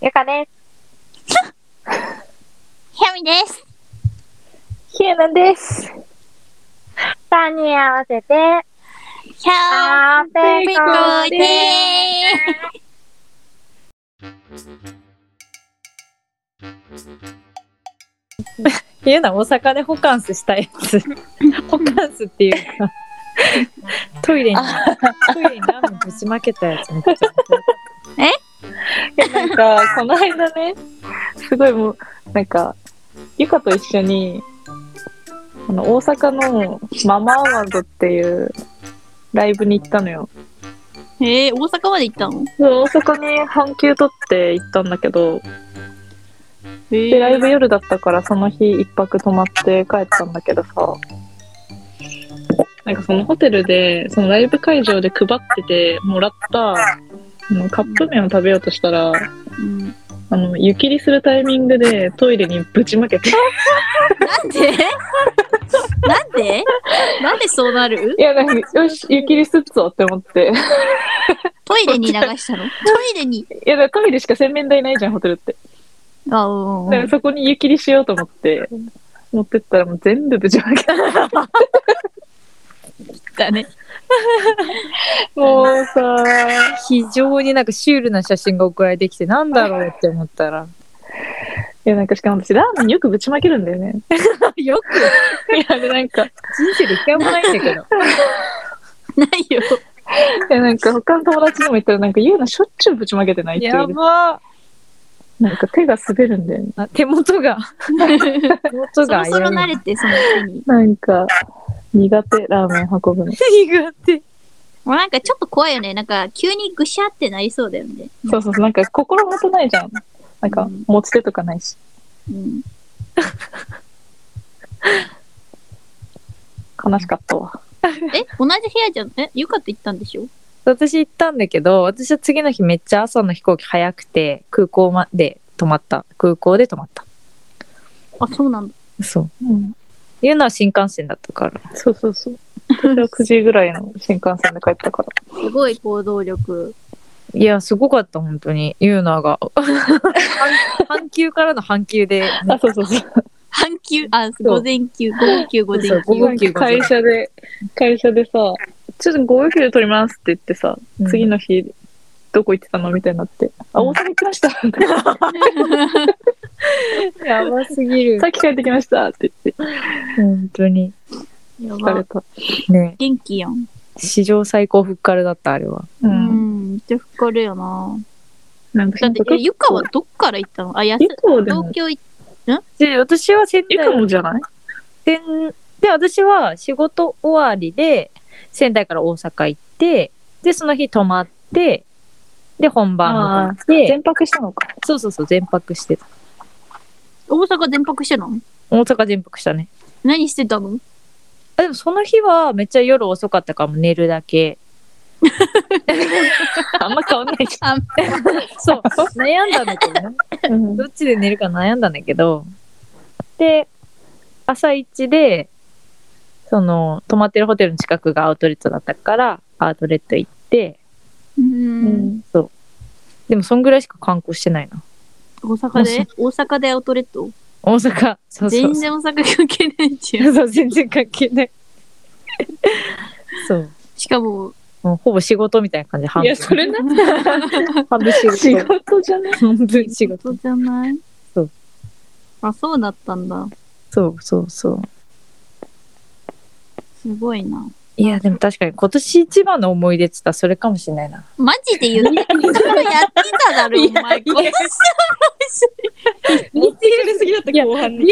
ゆかでひやみです。す。ひゅなです。3人合わせて、ひゃあーーぺみここででーっていうのは大阪でホカンスしたやつホカンスっていうかトイレにトイレにラーメンぶちまけたやつみたいいやなんか、この間ね、すごいもう、なんか、ゆかと一緒に、あの、大阪のママアワードっていうライブに行ったのよ。す。えー、大阪まで行ったのそう大阪に半休取って行ったんだけど、えーで、ライブ夜だったからその日一泊泊まって帰ったんだけどさ、なんかそのホテルで、そのライブ会場で配っててもらった、あのカップ麺を食べようとしたら、うんなあの、湯切りするタイミングでトイレにぶちまけて。んでなんでなんでそうなる いや、なんか、よし、湯切りすっぞって思って。 トイレに流したのトイレに。いや、だからトイレしか洗面台ないじゃん、ホテルって。あ、うんうんだからそこに湯切りしようと思って、持ってったらもう全部ぶちまけた。だね。 もうさ、な非常になんかシュールな写真が送られてきてなんだろうって思ったらいや、なんかしかも私、ラーメンよくぶちまけるんだよね。よくいや、で、なんか、い人生で一回もないんだけどないよ。や、なんか他の友達にも言ったら、なんか、ゆうなしょっちゅうぶちまけてないっていやう。ばなんか手が滑るんだよね。あ手元が手元 そがろ危そうろい慣れて、その手に。なんか、苦手、ラーメン運ぶの。苦手もうなんかちょっと怖いよね。なんか急にぐしゃってなりそうだよね。そうそうそう、なんか心もとないじゃん。なんか、持ち手とかないし。うん。悲しかったわ。え、同じ部屋じゃん。え、ゆかと行ったんでしょ私行ったんだけど私は次の日めっちゃ朝の飛行機早くて空港まで泊まった空港で泊まったあ、そうなんだ。そううん。いうのは新幹線だったからそうそうそう。私は9時ぐらいの新幹線で帰ったから。すごい行動力。いや、すごかった、本当に。ユーナ が。半休からの半休で、あ、そうそうそう。半休、あ、う午前休、午後休、午前そうそう午休。後休午前会社で、会社でさ、ちょっと午後休取りますって言ってさ、次の日、どこ行ってたのみたいになって。あ、うん大阪行ってま した。さやばすぎる。っき帰ってきましたって言って、本当に。や疲れば。た。ね、元気やん。史上最高ふっかるだった、あれは。う。うんん、めっちゃふっかるよな。なんかだって、え、ゆかはどっから行ったのあ、やす、ゆかはでも東、京行っで、私は仙ゆ台かもじゃない仙で、私は仕事終わりで、仙台から大阪行って、で、その日泊まって、で、本番迎えて、全泊したのか。そうそうそう、全泊してた。大阪全泊してたの大阪全泊したね。何してたのあでもその日はめっちゃ夜遅かったからもう寝るだけ。あんま変わんないじあ、そう、 悩んだんだけどね。ゃん。うんどっちで寝るか悩んだんだけど、で、朝一で、その、泊まってるホテルの近くがアウトレットだったから、アウトレット行って、う。うんん。でもそんぐらいしか観光してないな。大阪で大阪でアウトレット大阪。そうそ全うそ然大阪関係ない じゃん。う。そう、全然関係ない。そう。しかも、もうほぼ仕事みたいな感じで半いや、分。それな、半分仕仕事。事じゃない半分仕そ事。うじゃないそう。あ、そうだったんだ。そうそうそう。すごいな。いや、でも確かに今年一番の思い出って言ったらそれかもしれないな。マジで言ってたやってた だろ、お前。こっち持ってくれすぎだった、後半に。い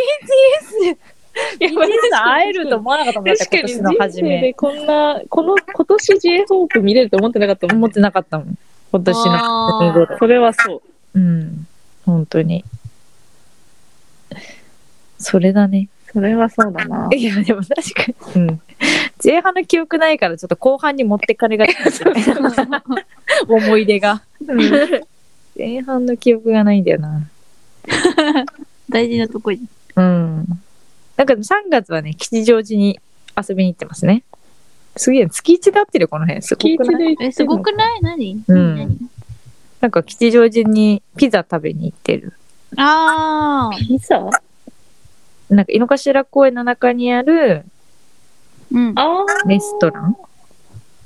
や BTS 会えると思わなかったもんだって確今かに年人の初生でめこんな、この今年 j ホープ見れると思ってなかったもん、思ってなかったもん今年の初め頃それはそう。うん本当にそれだねそれはそうだな。いやでも確かにうん前半の記憶ないからちょっと後半に持ってかれがち思い出が前半の記憶がないんだよな大事なとこに。うんなんか3月はね吉祥寺に遊びに行ってますねすげえ月1で合ってるよこの辺すご聞いくてないで言ってえ、すごくない何うん何なんか吉祥寺にピザ食べに行ってる。ああ。ピザなんか井の頭公園の中にあるうん。ああ。レストラン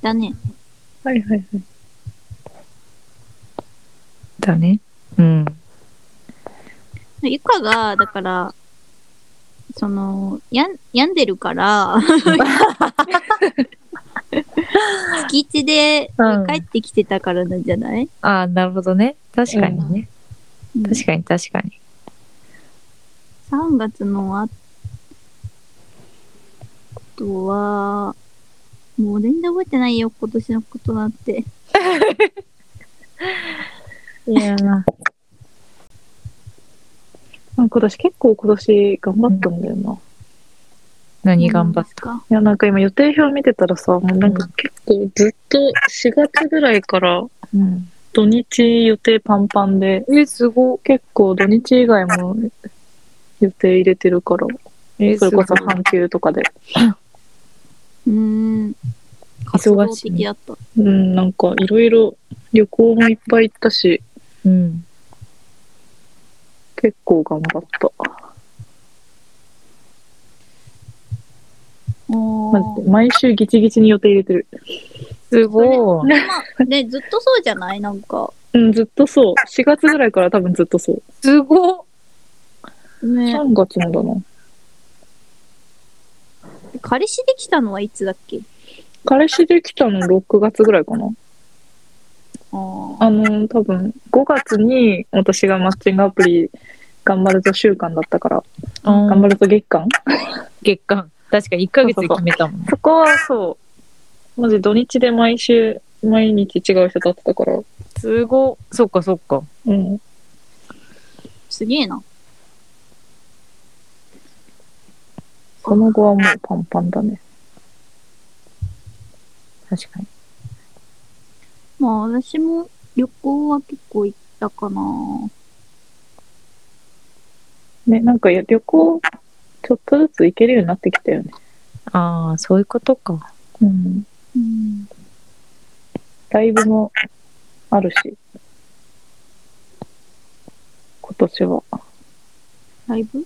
だね。はいはいはい。だね。うん。ゆかが、だから、その、やん、病んでるから、月一でうん帰ってきてたからなんじゃない、ああ、なるほどね。確かにね。うん確かに確かに。 3月のあとは、もう全然覚えてないよ、今年のことなんて。いやーなんか私結構今年頑張ったんだよな。い何頑張っったか。や、なんか今予定表見てたらさ、もうなんか結構ずっと4月ぐらいからた、うん、土日予定パンパンで、え、すご結構土日以外も予定入れてるから、え、そすれごこいそ半休とかで。うーん。活動忙し的い。だった。うん、なんかいろいろ旅行もいっぱい行ったし、うん。結構頑張った。おマジで毎週ギチギチに予定入れてる。すごい。でまあ、ね、ずっとそうじゃないなんか。うん、ずっとそう。4月ぐらいから多分ずっとそう。すごね、 3月もだな。彼氏できたのはいつだっけ彼氏できたの6月ぐらいかな。ああ。あの、多分5月に私がマッチングアプリ頑張るぞ週間だったから、頑頑張るぞ月間月間。確かに1ヶ月で決めたもんね。そこはそう。マジ土日で毎週、毎日違う人だったから。すごい。そっかそっか。うん。すげえな。その後はもうパンパンだね。確かに。まあ私も旅行は結構行ったかな。ね、なんかや旅行、ちょっとずつ行けるようになってきたよね。ああ、そういうことか。うん。うん。ライブもあるし。今年は。ライブ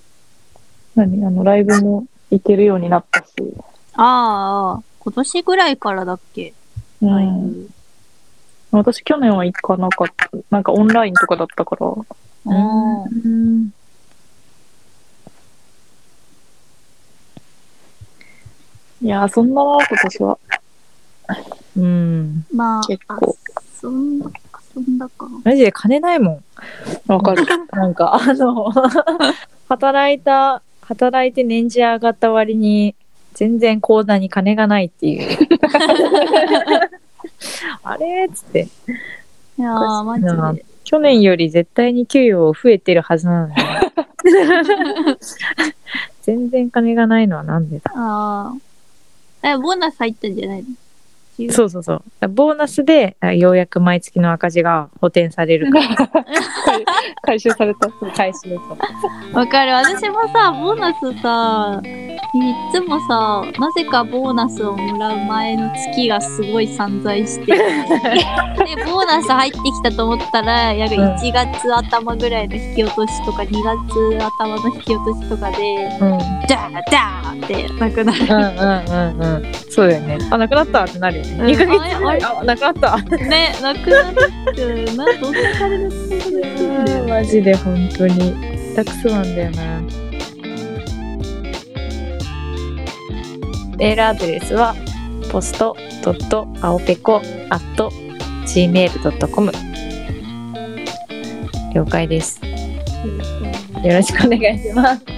何あの、ライブも行けるようになったし。ああ、今年ぐらいからだっけうライん。ブ。私去年は行かなかった。なんかオンラインとかだったから。ああ。うん。いやー、そんなな、今年は。うん。まあ、結構遊んだ、遊んだか。マジで金ないもん。わか る。なんか、あの、 働いた、働いて年次上がった割に、全然口座に金がないっていう。 あれっつって。いやー、マジなで。去年より絶対に給与増えてるはず なのに。全然金がないのはなんでだああ。え、ボーナス入ったんじゃないの違うそうそうそう。ボーナスで、あようやく毎月の赤字が補填されるから。回収された。回収とか。わかる。私もさ、ボーナスさ、いつもさ、なぜかボーナスをもらう前の月がすごい散財して、で、ボーナス入ってきたと思ったら、やるうん1月頭ぐらいの引き落としとか、2月頭の引き落としとかで、うん。うんダーダーってなくなる。うんうんうん。そうだよね。あ、なくなったってなるうんよね。2ヶ月あ前れあ、なくなった。ね、なくなるって、な、どんな金の使い方してんだよ。マジで本当に。たくさんなんだよな。メールアドレスは、ポスト .aopeco.gmail.com 了解です。よろしくお願いします。